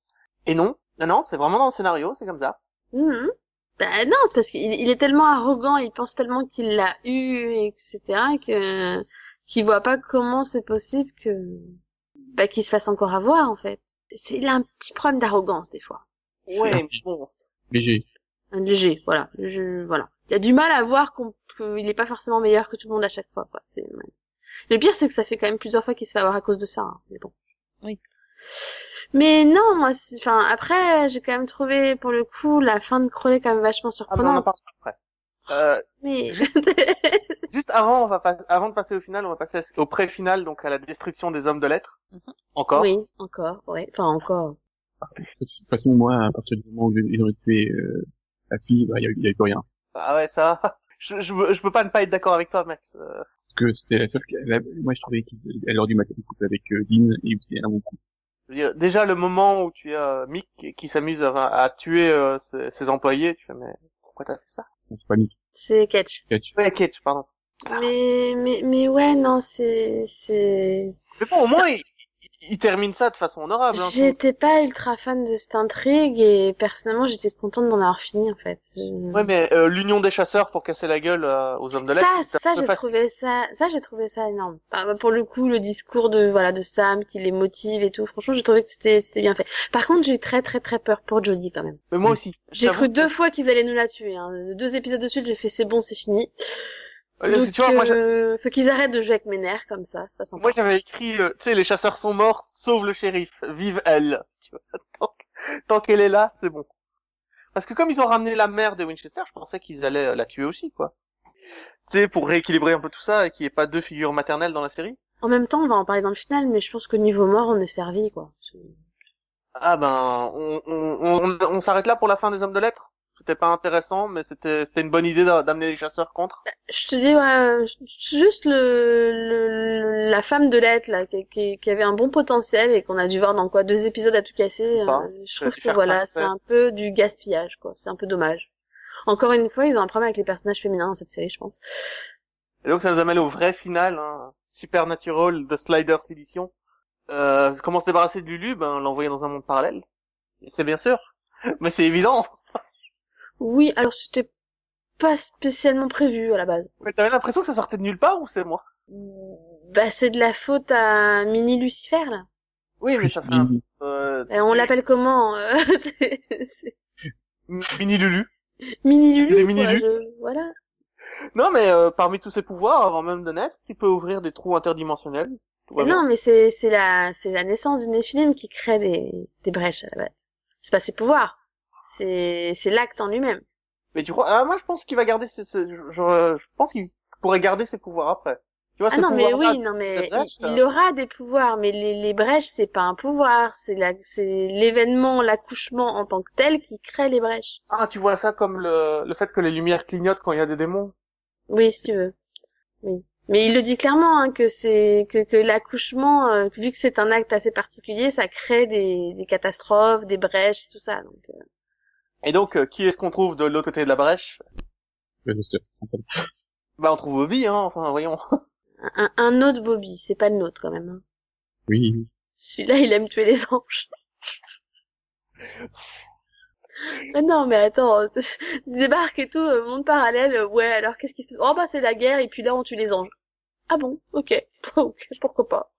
Speaker 3: Et non, non, non, c'est vraiment dans le scénario, c'est comme ça.
Speaker 4: Mhm. Bah non, c'est parce qu'il il est tellement arrogant, il pense tellement qu'il l'a eu, etc., que qu'il voit pas comment c'est possible que bah qu'il se fasse encore avoir en fait. C'est il a un petit problème d'arrogance des fois,
Speaker 3: Ouais, mais bon.
Speaker 2: BG.
Speaker 4: un léger, voilà. Je voilà, il a du mal à voir qu'on qu'il est pas forcément meilleur que tout le monde à chaque fois. Quoi. C'est- ouais. Le pire c'est que ça fait quand même plusieurs fois qu'il se fait avoir à cause de ça. hein, Mais bon.
Speaker 5: Oui.
Speaker 4: Mais non, moi, c'est- enfin après, j'ai quand même trouvé pour le coup la fin de Crowley quand même vachement
Speaker 3: Ah, mais on en
Speaker 4: surprenante.
Speaker 3: parle après. Euh,
Speaker 4: Mais
Speaker 3: Juste avant, on va pas... avant de passer au final, on va passer au pré-final, donc à la destruction des hommes de lettres.
Speaker 5: Mhm.
Speaker 3: Encore.
Speaker 4: oui, encore, ouais, enfin encore.
Speaker 2: De toute façon, moi, à partir du moment où ils auraient tué, euh, la fille, bah, il y a eu- il y a eu plus rien.
Speaker 3: Ah ouais, ça. (laughs) Je, je, veux- je peux pas ne pas être d'accord avec toi, Max. Euh,
Speaker 2: Parce que c'était la seule, qui- la- moi, je trouvais qu'elle aurait dû mater le couple avec euh, Dean et aussi un bon coup.
Speaker 3: je veux dire, déjà le moment où tu as Mick qui s'amuse à, à tuer euh, ses, ses employés, tu fais mais pourquoi t'as fait ça
Speaker 2: C'est pas Nick
Speaker 4: C'est catch.
Speaker 2: Cage.
Speaker 3: Ouais, Cage, pardon.
Speaker 4: Mais, mais, mais ouais, non, c'est, c'est,
Speaker 3: Mais bon, au moins il, il- il termine ça de façon honorable. hein.
Speaker 4: j'étais pas ultra fan de cette intrigue et personnellement j'étais contente d'en avoir fini en fait. Je-
Speaker 3: Ouais, mais euh, l'union des chasseurs pour casser la gueule euh, aux hommes de lettres.
Speaker 4: ça,
Speaker 3: c'est un
Speaker 4: ça,
Speaker 3: peu
Speaker 4: j'ai
Speaker 3: facile.
Speaker 4: trouvé ça, ça, j'ai trouvé ça énorme. Bah, bah, pour le coup, le discours de, voilà, de Sam qui les motive et tout, franchement, j'ai trouvé que c'était, c'était bien fait. Par contre, j'ai eu très, très, très peur pour Jodie quand même.
Speaker 3: Mais moi aussi.
Speaker 4: J'ai
Speaker 3: j'avoue.
Speaker 4: cru deux fois qu'ils allaient nous la tuer, hein. Deux épisodes de suite, j'ai fait c'est bon, c'est fini.
Speaker 3: Euh,
Speaker 4: Donc,
Speaker 3: tu vois, moi, j'a-
Speaker 4: euh, faut qu'ils arrêtent de jouer avec mes nerfs comme ça, c'est pas sympa.
Speaker 3: moi j'avais écrit, euh, tu sais, les chasseurs sont morts, sauve le shérif, vive elle. Tu vois, (laughs) tant que- tant qu'elle est là, c'est bon. Parce que comme ils ont ramené la mère de Winchester, je pensais qu'ils allaient euh, la tuer aussi, quoi. Tu sais, pour rééquilibrer un peu tout ça et qu'il n'y ait pas deux figures maternelles dans la série.
Speaker 4: En même temps, on va en parler dans le final, mais je pense qu'au niveau mort, on est servi, quoi.
Speaker 3: Ah ben, on, on, on, on s'arrête là pour la fin des hommes de lettres. C'était pas intéressant, mais c'était c'était une bonne idée d'a- d'amener les chasseurs contre.
Speaker 4: Je te dis, ouais, euh, juste le, le- la femme de lettres, là, qui, qui, qui avait un bon potentiel et qu'on a dû voir dans quoi deux épisodes à tout casser,
Speaker 3: Pas.
Speaker 4: euh, je
Speaker 3: J'aurais
Speaker 4: trouve
Speaker 3: dû
Speaker 4: que
Speaker 3: faire ça,
Speaker 4: voilà, c'est
Speaker 3: ouais.
Speaker 4: un peu du gaspillage, quoi. C'est un peu dommage. Encore une fois, ils ont un problème avec les personnages féminins dans cette série, je pense.
Speaker 3: Et donc ça nous amène au vrai final, hein. Supernatural de Sliders Edition. Euh, comment se débarrasser de Lulu Ben l'envoyer dans un monde parallèle. (laughs) Et C'est bien sûr, mais c'est évident.
Speaker 4: Oui, alors c'était pas spécialement prévu à la base.
Speaker 3: Mais t'avais l'impression que ça sortait de nulle part ou c'est moi
Speaker 4: Bah, c'est de la faute à Mini Lucifer, là.
Speaker 3: Oui, mais ça fait un... euh,
Speaker 4: Euh, on l'appelle comment euh, (laughs) c'est- c'est-
Speaker 3: mini Lulu.
Speaker 4: Mini Lulu
Speaker 3: Des
Speaker 4: quoi,
Speaker 3: Mini Lu.
Speaker 4: je- Voilà.
Speaker 3: Non, mais euh, parmi tous ses pouvoirs, avant même de naître, il peut ouvrir des trous interdimensionnels. Tout va
Speaker 4: Mais
Speaker 3: bien.
Speaker 4: non, mais c'est c'est la, c'est la naissance du Nephilim qui crée des, des brèches à la base. C'est pas ses pouvoirs. C'est c'est l'acte en lui-même.
Speaker 3: Mais tu crois Ah, moi, je pense qu'il va garder ses... ses- Je, je- je pense qu'il pourrait garder ses pouvoirs après. Tu vois,
Speaker 4: Ah
Speaker 3: ses
Speaker 4: non, mais
Speaker 3: pouvoirs-là,
Speaker 4: oui, non, mais
Speaker 3: des brèches,
Speaker 4: il,
Speaker 3: euh.
Speaker 4: il aura des pouvoirs, mais les, les brèches, c'est pas un pouvoir, c'est la, c'est l'événement, l'accouchement en tant que tel qui crée les brèches.
Speaker 3: Ah, tu vois ça comme le, le fait que les lumières clignotent quand il y a des démons.
Speaker 4: Oui, si tu veux. Oui. Mais il le dit clairement hein, que c'est que, que l'accouchement, euh, vu que c'est un acte assez particulier, ça crée des, des catastrophes, des brèches et tout ça. Donc, euh,
Speaker 3: Et donc, euh, qui est-ce qu'on trouve de l'autre côté de la brèche
Speaker 2: Le Jester.
Speaker 3: Bah, on trouve Bobby, hein, enfin, voyons.
Speaker 4: un, un autre Bobby, c'est pas le nôtre quand même. hein.
Speaker 2: Oui, oui.
Speaker 4: Celui-là, il aime tuer les anges. Mais Ah non, mais attends, (laughs) euh, débarque et tout, euh, monde parallèle, euh, ouais, alors qu'est-ce qui se passe Oh bah c'est la guerre, et puis là on tue les anges. Ah bon, ok, (laughs) ok, pourquoi pas.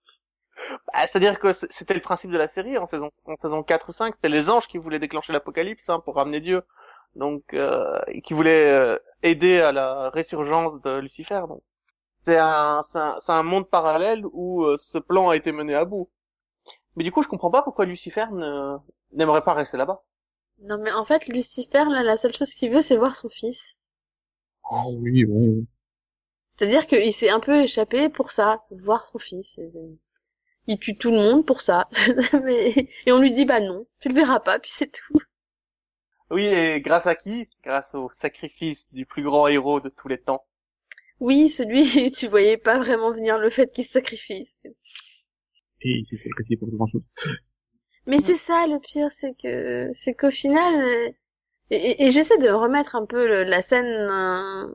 Speaker 3: Ah, C'est-à-dire que c- c'était le principe de la série en saison, en saison 4 ou 5, c'était les anges qui voulaient déclencher l'apocalypse hein, pour ramener Dieu. Donc euh, et qui voulaient euh, aider à la résurgence de Lucifer. Donc c'est un c'est un, c'est un monde parallèle où euh, ce plan a été mené à bout. Mais du coup, je comprends pas pourquoi Lucifer ne- n'aimerait pas rester là-bas.
Speaker 4: Non mais en fait, Lucifer, là, la seule chose qu'il veut, c'est voir son fils.
Speaker 2: Ah oui, oui, oui.
Speaker 4: C'est-à-dire qu'il s'est un peu échappé pour ça, voir son fils. Il tue tout le monde pour ça. (laughs) Mais- Et on lui dit bah non, tu le verras pas, puis c'est tout.
Speaker 3: Oui, et grâce à qui Grâce au sacrifice du plus grand héros de tous les temps.
Speaker 4: Oui, celui, (laughs) tu voyais pas vraiment venir le fait qu'il se sacrifie.
Speaker 2: Et il s'est sacrifié pour grand chose.
Speaker 4: Mais c'est ça le pire, c'est que c'est qu'au final, euh, et, et- et j'essaie de remettre un peu le- la scène euh,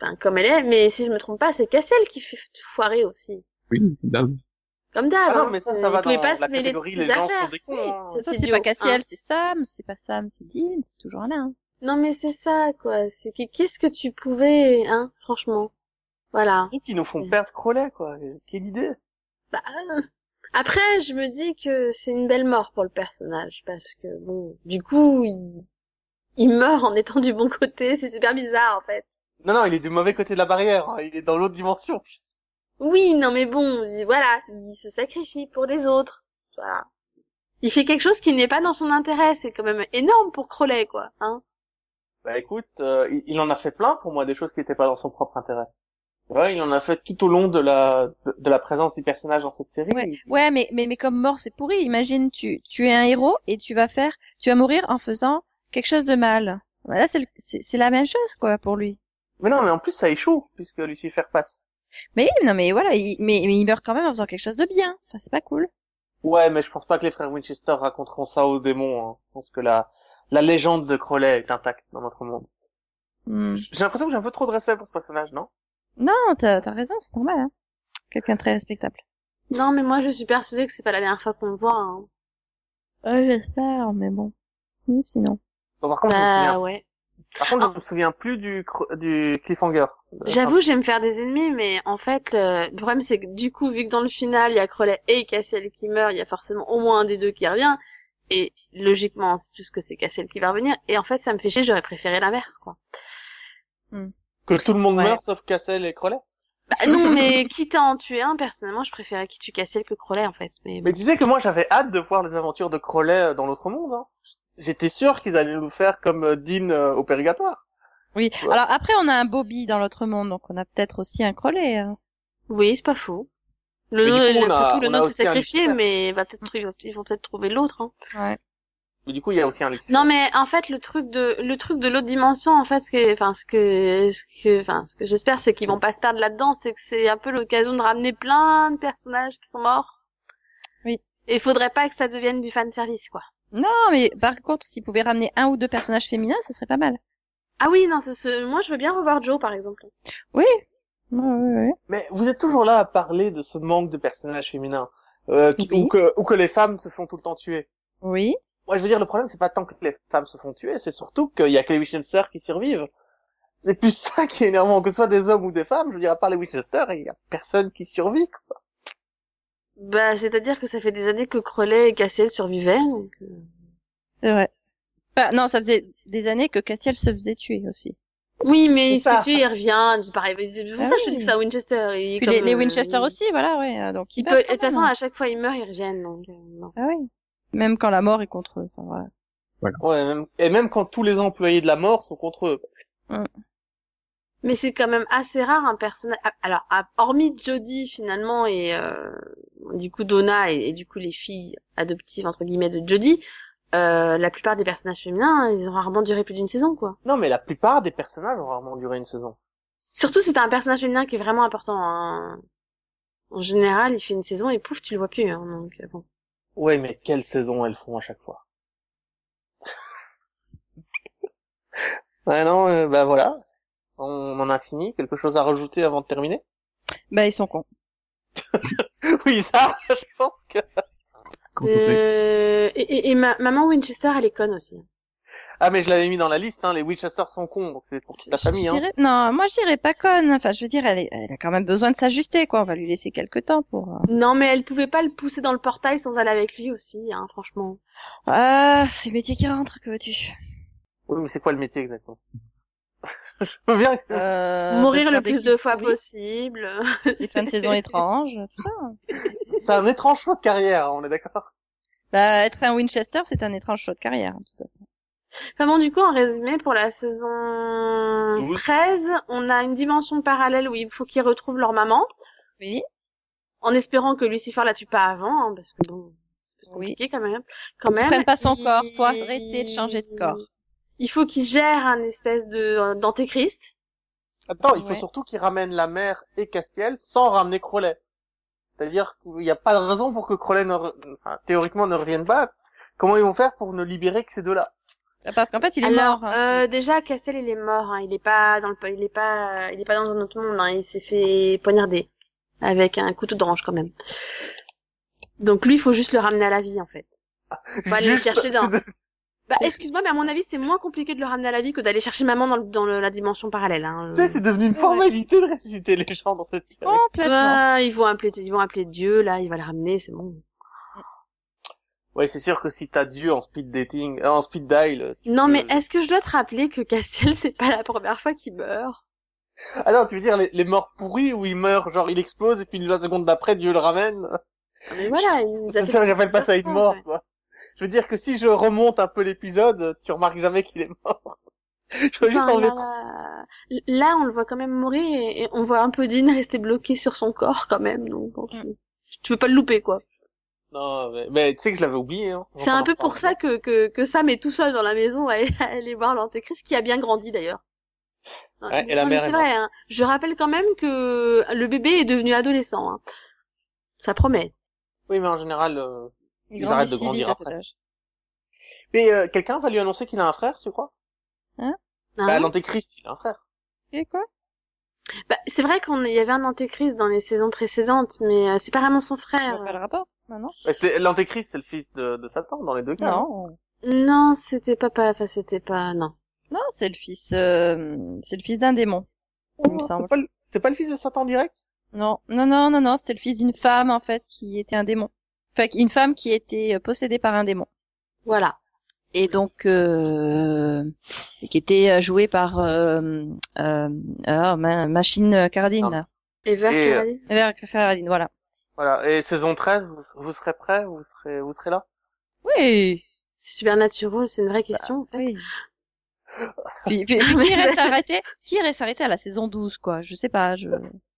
Speaker 4: enfin, comme elle est, mais si je me trompe pas, c'est Cassiel qui fait tout foirer aussi.
Speaker 2: Oui, dame.
Speaker 4: Comme d'hab.
Speaker 3: Ah non,
Speaker 4: hein,
Speaker 3: mais ça,
Speaker 4: c'est-
Speaker 3: ça va
Speaker 4: il pouvait
Speaker 3: dans
Speaker 4: pas se
Speaker 3: la
Speaker 4: mêler de
Speaker 3: catégorie,
Speaker 4: ses
Speaker 3: les gens sont
Speaker 4: affaires,
Speaker 3: des
Speaker 4: c'est-
Speaker 3: cons, hein.
Speaker 4: c'est
Speaker 5: Ça, c'est
Speaker 4: idiot,
Speaker 5: pas
Speaker 4: hein.
Speaker 5: Cassiel, c'est Sam, c'est pas Sam, c'est Dean, c'est toujours là. hein.
Speaker 4: Non mais c'est ça quoi, c'est que qu'est-ce que tu pouvais hein franchement. Voilà.
Speaker 3: Et qui nous font
Speaker 4: Mm.
Speaker 3: perdre Crowley, quoi. Euh, Quelle idée
Speaker 4: Bah, (laughs) euh, Après je me dis que c'est une belle mort pour le personnage parce que bon du coup il, il meurt en étant du bon côté, c'est super bizarre en fait.
Speaker 3: Non, non, il est du mauvais côté de la barrière. hein. Il est dans l'autre dimension.
Speaker 4: Oui, non mais bon, il- voilà, il se sacrifie pour les autres. Voilà. Il fait quelque chose qui n'est pas dans son intérêt, c'est quand même énorme pour Crowley quoi, hein.
Speaker 3: Bah écoute, euh, il, il en a fait plein pour moi des choses qui n'étaient pas dans son propre intérêt. Ouais, il en a fait tout au long de la de, de la présence du personnage dans cette série.
Speaker 5: Ouais, ouais, mais mais mais comme mort c'est pourri. Imagine tu tu es un héros et tu vas faire tu vas mourir en faisant quelque chose de mal. Voilà, c'est le- c'est c'est la même chose quoi pour lui.
Speaker 3: Mais non, mais en plus ça échoue puisque Lucifer passe.
Speaker 5: Mais non mais voilà, il, mais mais il meurt quand même en faisant quelque chose de bien. Enfin, c'est pas cool.
Speaker 3: Ouais, mais je pense pas que les frères Winchester raconteront ça aux démons. hein. Je pense que la la légende de Crowley est intacte dans notre monde.
Speaker 5: Hmm.
Speaker 3: J'ai l'impression que j'ai un peu trop de respect pour ce personnage, non
Speaker 5: Non, t'as t'as raison, c'est normal. Hein. Quelqu'un de très respectable.
Speaker 4: Non mais moi je suis persuadée que c'est pas la dernière fois qu'on le voit. Hein.
Speaker 5: Ouais, j'espère, mais bon. Snip, sinon.
Speaker 3: Bon, Par contre, je me
Speaker 4: Bah
Speaker 3: souviens,
Speaker 4: ouais.
Speaker 3: par contre, je me souviens plus du cro- du cliffhanger. Euh,
Speaker 4: J'avoue, j'aime faire des ennemis, mais en fait, euh, le problème c'est que du coup, vu que dans le final, il y a Crowley et Cassiel qui meurent, il y a forcément au moins un des deux qui revient. Et logiquement, c'est tout ce que c'est Cassiel qui va revenir. Et en fait, ça me fait chier, j'aurais préféré l'inverse, quoi.
Speaker 3: Que tout le monde
Speaker 5: Ouais.
Speaker 3: meurt sauf Cassel et Crowley.
Speaker 4: (laughs) Bah non, mais quitte à en tuer un, personnellement, je préférais qu'il tue Cassiel que Crowley, en fait. Mais,
Speaker 3: Mais tu sais que moi j'avais hâte de voir les aventures de Crowley euh, dans l'autre monde. hein. J'étais sûr qu'ils allaient nous faire comme euh, Dean euh, au purgatoire.
Speaker 5: Oui.
Speaker 3: Ouais.
Speaker 5: Alors après, on a un Bobby dans l'autre monde, donc on a peut-être aussi un Crowley. hein.
Speaker 4: Oui, c'est pas faux. Le
Speaker 3: Mais du coup,
Speaker 4: nôtre, le,
Speaker 3: on a-
Speaker 4: surtout,
Speaker 3: on
Speaker 4: le
Speaker 3: a
Speaker 4: nôtre
Speaker 3: aussi
Speaker 4: s'est
Speaker 3: un
Speaker 4: sacrifié,
Speaker 3: Lucifer.
Speaker 4: mais va peut-être, ils vont- ils vont peut-être trouver l'autre, hein.
Speaker 5: Ouais.
Speaker 3: Mais du coup il y a aussi un Lucifer.
Speaker 4: Non mais en fait le truc de le truc de l'autre dimension en fait ce que enfin ce que ce que enfin ce que j'espère c'est qu'ils vont pas se perdre là-dedans c'est que c'est un peu l'occasion de ramener plein de personnages qui sont morts.
Speaker 5: Oui.
Speaker 4: Et faudrait pas que ça devienne du fan service quoi.
Speaker 5: Non, mais par contre, s'il pouvait ramener un ou deux personnages féminins, ce serait pas mal.
Speaker 4: Ah oui non c'est ce moi je veux bien revoir Joe par exemple.
Speaker 5: Ouais, ouais, ouais.
Speaker 3: Mais vous êtes toujours là à parler de ce manque de personnages féminins euh, qui-
Speaker 5: Oui.
Speaker 3: ou, que, ou que les femmes se font tout le temps tuer.
Speaker 5: Oui.
Speaker 3: Moi je veux dire le problème c'est pas tant que les femmes se font tuer, c'est surtout qu'il y a que les Winchester qui survivent. C'est- c'est plus ça qui est énervant, que ce soit des hommes ou des femmes, je veux dire, à part les Winchester, il y a personne qui survit, quoi.
Speaker 4: Bah, c'est-à-dire que ça fait des années que Crowley et Cassiel survivaient. donc, euh,
Speaker 5: C'est vrai. Enfin, non, ça faisait des années que Cassiel se faisait tuer aussi.
Speaker 4: Oui, mais
Speaker 3: C'est
Speaker 4: il
Speaker 3: ça.
Speaker 4: s'est tué, il revient, il disparaît. Mais C'est pour
Speaker 5: Ah
Speaker 4: ça que je
Speaker 5: oui.
Speaker 4: dis que c'est à Winchester. il est
Speaker 5: Puis
Speaker 4: comme,
Speaker 5: les, les
Speaker 4: euh,
Speaker 5: Winchester
Speaker 4: il-
Speaker 5: aussi, voilà, ouais. euh, Donc
Speaker 4: Il
Speaker 5: ils
Speaker 4: peut,
Speaker 5: meurent
Speaker 4: et de toute
Speaker 5: quand même,
Speaker 4: façon,
Speaker 5: hein.
Speaker 4: à chaque fois ils meurent, ils reviennent. Donc, euh, non.
Speaker 5: Ah oui. Même quand la mort est contre eux. Enfin, voilà.
Speaker 3: Ouais, même- et même quand tous les employés de la mort sont contre eux.
Speaker 4: Mais c'est quand même assez rare un personnage. ah, Alors, à- hormis Jodie finalement et euh, du coup Donna et, et du coup les filles adoptives entre guillemets de Jodie, euh, la plupart des personnages féminins, hein, ils ont rarement duré plus d'une saison, quoi.
Speaker 3: Non, mais la plupart des personnages ont rarement duré une saison.
Speaker 4: Surtout c'est un personnage féminin qui est vraiment important. hein. En général, il fait une saison et pouf, tu le vois plus. Hein, donc euh, bon.
Speaker 3: Ouais, mais quelle saison elles font à chaque fois. (laughs) ouais, non, euh, bah voilà. On en a fini. Quelque chose à rajouter avant de terminer (laughs)
Speaker 5: Bah ils sont cons.
Speaker 3: Oui, ça, (laughs) je pense que...
Speaker 2: Quand on fait-
Speaker 4: Euh, et et, et ma, maman Winchester, elle est conne aussi.
Speaker 3: Ah, mais je l'avais mis dans la liste, hein. Les Winchester sont cons, donc c'est pour toute la
Speaker 5: Je-
Speaker 3: famille,
Speaker 5: je
Speaker 3: hein.
Speaker 5: dirais- Non, moi je dirais pas conne. Enfin, je veux dire, elle, est- elle a quand même besoin de s'ajuster, quoi. On va lui laisser quelques temps pour. euh,
Speaker 4: Non, mais elle pouvait pas le pousser dans le portail sans aller avec lui aussi, hein, franchement.
Speaker 5: Ah, c'est le métier qui rentre, que veux-tu
Speaker 3: Oui, mais c'est quoi le métier exactement (laughs) Je veux bien que-
Speaker 4: (laughs)
Speaker 5: Euh,
Speaker 4: Mourir
Speaker 5: de
Speaker 4: le
Speaker 5: faire des
Speaker 4: plus
Speaker 5: clips
Speaker 4: de fois
Speaker 5: pourris,
Speaker 4: possible.
Speaker 5: Des fins
Speaker 4: (laughs)
Speaker 5: de saison étranges.
Speaker 3: C'est un étrange choix de carrière, on est d'accord
Speaker 5: Bah, être un Winchester, c'est un étrange choix de carrière, de toute façon.
Speaker 4: Enfin bon, du coup, en résumé, pour la saison
Speaker 3: 12.
Speaker 4: 13, on a une dimension parallèle où il faut qu'ils retrouvent leur maman,
Speaker 5: Oui,
Speaker 4: en espérant que Lucifer la tue pas avant, hein, parce que bon, c'est
Speaker 5: oui.
Speaker 4: compliqué quand même. Quand même.
Speaker 5: prennent pas son
Speaker 4: Il-
Speaker 5: corps, faut arrêter de changer de corps.
Speaker 4: Il faut qu'ils gèrent un espèce de euh, d'antéchrist.
Speaker 3: Attends, il faut
Speaker 5: Ouais.
Speaker 3: surtout qu'ils ramènent la mère et Castiel sans ramener Crowley. C'est-à-dire qu'il n'y a pas de raison pour que Crowley, ne re- enfin, théoriquement, ne revienne pas. Comment ils vont faire pour ne libérer que ces deux-là
Speaker 5: Ah, Parce qu'en fait, il est
Speaker 4: Alors,
Speaker 5: mort. hein,
Speaker 4: euh, déjà, Castel, il est mort. hein. Il est pas dans le, il est pas, il est pas dans un autre monde. hein. Il s'est fait poignarder avec un couteau d'orange quand même. Donc lui, il faut juste le ramener à la vie en fait. On va aller le
Speaker 3: Juste-
Speaker 4: chercher dans.
Speaker 3: c'est de-
Speaker 4: Bah, excuse-moi, mais à mon avis, c'est moins compliqué de le ramener à la vie que d'aller chercher maman dans, le- dans le- la dimension parallèle. Hein.
Speaker 3: tu sais, c'est devenu une
Speaker 5: Ouais.
Speaker 3: formalité de ressusciter les gens dans cette série.
Speaker 4: euh,
Speaker 5: Complètement.
Speaker 4: Ouais, ils vont appeler, ils vont appeler Dieu là. Il va le ramener, c'est bon.
Speaker 3: Ouais, c'est sûr que si t'as Dieu en speed dating, euh, en speed dial... tu
Speaker 4: Non,
Speaker 3: peux-
Speaker 4: mais est-ce que je dois te rappeler que Castel, (laughs) c'est pas la première fois qu'il meurt
Speaker 3: Ah non, tu veux dire les, les morts pourris où il meurt, genre il explose et puis la seconde d'après Dieu le ramène
Speaker 4: Ah, Mais voilà, il nous
Speaker 3: (laughs)
Speaker 4: a
Speaker 3: Ça,
Speaker 4: fait
Speaker 3: ça, j'appelle pas
Speaker 4: plusieurs
Speaker 3: ça une
Speaker 4: fois,
Speaker 3: mort,
Speaker 4: ouais.
Speaker 3: quoi. Je veux dire que si je remonte un peu l'épisode, tu remarques jamais qu'il est mort. (laughs) Je veux juste
Speaker 4: Enfin,
Speaker 3: enlever.
Speaker 4: là, là, on le voit quand même mourir et, et on voit un peu Dean rester bloqué sur son corps quand même. Donc, bon, tu, tu peux pas le louper quoi.
Speaker 3: Non, mais, mais tu sais que je l'avais oublié. Hein.
Speaker 4: C'est un peu pour ça que, que, que Sam est tout seul dans la maison à (laughs) aller- à aller voir l'antéchrist qui a bien grandi d'ailleurs. Non,
Speaker 3: Ouais,
Speaker 4: je-
Speaker 3: et la
Speaker 4: non, mais
Speaker 3: mère
Speaker 4: C'est
Speaker 3: est
Speaker 4: vrai, hein. je rappelle quand même que le bébé est devenu adolescent. hein. Ça promet.
Speaker 3: Oui, mais en général. euh,
Speaker 5: Il
Speaker 3: ils
Speaker 5: grandit
Speaker 3: arrêtent de
Speaker 5: si
Speaker 3: grandir
Speaker 5: vite à
Speaker 3: après.
Speaker 5: cet âge.
Speaker 3: Mais euh, quelqu'un va lui annoncer qu'il a un frère, tu crois
Speaker 4: hein.
Speaker 3: Bah, l'antéchrist, il a un frère.
Speaker 5: Et quoi
Speaker 4: Bah, c'est vrai qu'on il y avait un antéchrist dans les saisons précédentes, mais euh, c'est pas vraiment son
Speaker 5: Je
Speaker 4: frère.
Speaker 5: vois pas le rapport. Non, non.
Speaker 3: Bah, c'est- L'antéchrist, c'est le fils de, de Satan dans les deux cas. hein.
Speaker 5: Non,
Speaker 4: Non, c'était pas pas, enfin c'était pas non.
Speaker 5: non, c'est le fils, euh, c'est le fils d'un démon. Il me
Speaker 3: Oh,
Speaker 5: semble.
Speaker 3: c'est pas, le- c'est pas le fils de Satan direct
Speaker 5: Non, non, non, non, non, c'était le fils d'une femme en fait qui était un démon. Enfin, une femme qui était euh, possédée par un démon.
Speaker 4: Voilà.
Speaker 5: Et donc, euh, et qui était euh, jouée par euh, euh, ah, ma- Machine Cardine,
Speaker 3: Non.
Speaker 5: là.
Speaker 4: Et vers
Speaker 3: Et,
Speaker 4: quelle
Speaker 3: euh,
Speaker 4: année
Speaker 5: Ever Cardine, voilà.
Speaker 3: Voilà. Et saison 13, vous, vous serez prêts Vous serez, vous serez là
Speaker 5: Oui,
Speaker 4: C'est Supernatural, c'est une
Speaker 3: Bah,
Speaker 4: vraie question. en fait.
Speaker 5: oui. puis, puis- puis qui irait s'arrêter, qui irait s'arrêter à la saison 12, quoi. Je sais pas, je,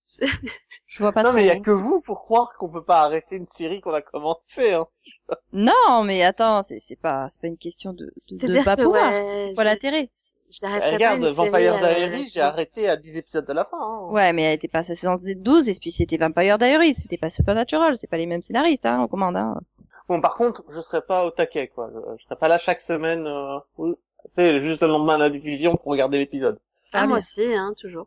Speaker 4: C'est-
Speaker 5: je vois pas
Speaker 3: Non,
Speaker 5: trop.
Speaker 3: mais il y a que vous pour croire qu'on peut pas arrêter une série qu'on a commencée. Hein.
Speaker 5: Non, mais attends, c'est, c'est pas, c'est pas une question de, de, de
Speaker 4: C'est-à-dire
Speaker 5: pas
Speaker 4: que,
Speaker 5: pouvoir.
Speaker 4: ouais,
Speaker 5: c'est quoi
Speaker 4: je-
Speaker 5: l'intérêt?
Speaker 4: J'arrêterai
Speaker 3: Eh, regarde,
Speaker 4: pas une
Speaker 3: Vampire
Speaker 4: série, euh,
Speaker 3: Diaries, j'ai arrêté à 10 épisodes de la fin. Hein.
Speaker 5: Ouais, mais elle était pas à sa séance des 12, et puis c'était Vampire Diaries, c'était pas Supernatural, c'est pas les mêmes scénaristes, hein, on commande, hein.
Speaker 3: Bon, par contre, je serais pas au taquet, quoi. Je, je serais pas là chaque semaine, euh, ou- tu sais, juste le lendemain de la diffusion pour regarder l'épisode.
Speaker 4: Ah, moi aussi, hein, toujours.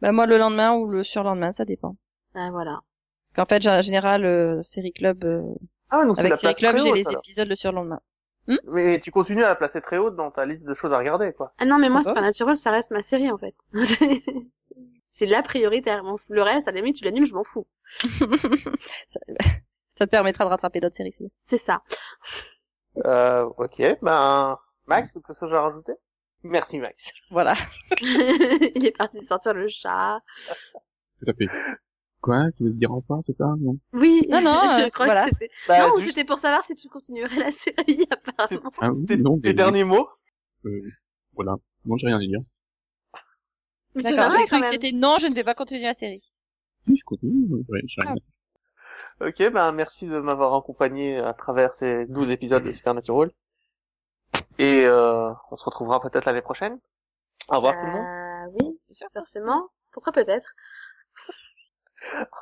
Speaker 5: Bah, moi, le lendemain ou le surlendemain, ça dépend.
Speaker 4: Ah, voilà.
Speaker 5: Parce qu'en fait, j'ai- en général, euh, série club, euh,
Speaker 3: Ah, donc
Speaker 5: avec série club, j'ai les épisodes le surlendemain. Hmm
Speaker 3: Mais tu continues à la placer très haute dans ta liste de choses à regarder, quoi.
Speaker 4: Ah non, mais moi,
Speaker 5: comprends pas.
Speaker 4: Supernatural, ça reste ma série, en fait. (laughs) c'est la prioritaire. M'en fous. Le reste, à la limite, tu l'annules, je m'en fous.
Speaker 5: ça, ça te permettra de rattraper d'autres séries. c'est bien.
Speaker 4: C'est ça. (laughs)
Speaker 3: Euh, ok, ben, Max, quelque chose à rajouter? Merci, Max.
Speaker 5: Voilà.
Speaker 4: Il est parti sortir le chat.
Speaker 2: Tout à fait. Quoi Tu veux dire enfin, c'est ça Non.
Speaker 4: Oui,
Speaker 5: Non, non,
Speaker 4: (laughs) je
Speaker 5: euh,
Speaker 4: crois
Speaker 5: voilà.
Speaker 4: que c'était...
Speaker 3: (laughs) Bah,
Speaker 4: non,
Speaker 3: juste
Speaker 4: c'était pour savoir si tu continuerais la série, (laughs) apparemment.
Speaker 2: Ah oui,
Speaker 3: Tes-
Speaker 2: non,
Speaker 3: tes
Speaker 2: mais-
Speaker 3: derniers mots.
Speaker 2: euh, voilà. Moi, j'ai rien à dire.
Speaker 4: Mais tu verras
Speaker 5: D'accord. (laughs) J'ai cru
Speaker 4: Ah, quand
Speaker 5: que
Speaker 4: même.
Speaker 5: c'était non, je ne vais pas continuer la série.
Speaker 2: Si, je continue. J'ai j'ai rien à dire.
Speaker 3: Ok, ben, merci de m'avoir accompagné à travers ces 12 épisodes de Supernatural. Et, euh, on se retrouvera peut-être l'année prochaine. Au revoir tout le monde.
Speaker 4: Euh, oui, forcément. Pourquoi peut-être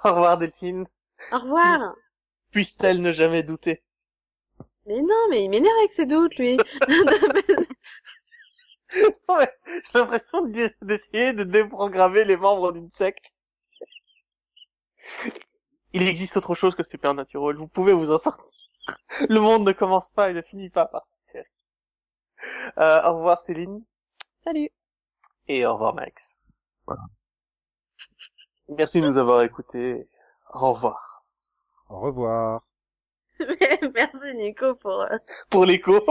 Speaker 3: Au revoir Delphine.
Speaker 4: Au
Speaker 5: Mm.
Speaker 4: revoir.
Speaker 3: Puisse-t-elle ne jamais douter.
Speaker 4: Mais non, mais il m'énerve avec ses doutes,
Speaker 5: (laughs)
Speaker 4: lui. (laughs)
Speaker 3: Ouais, j'ai l'impression de dire- d'essayer de déprogrammer les membres d'une secte. Il existe autre chose que Supernatural. Vous pouvez vous en sortir. Le monde ne commence pas et ne finit pas par cette série. Euh, au revoir Céline
Speaker 5: Salut.
Speaker 3: et au revoir Max.
Speaker 2: Voilà.
Speaker 3: Merci de nous avoir écoutés. Au revoir.
Speaker 6: Au revoir.
Speaker 4: Merci Nico pour euh,
Speaker 3: Pour l'écho.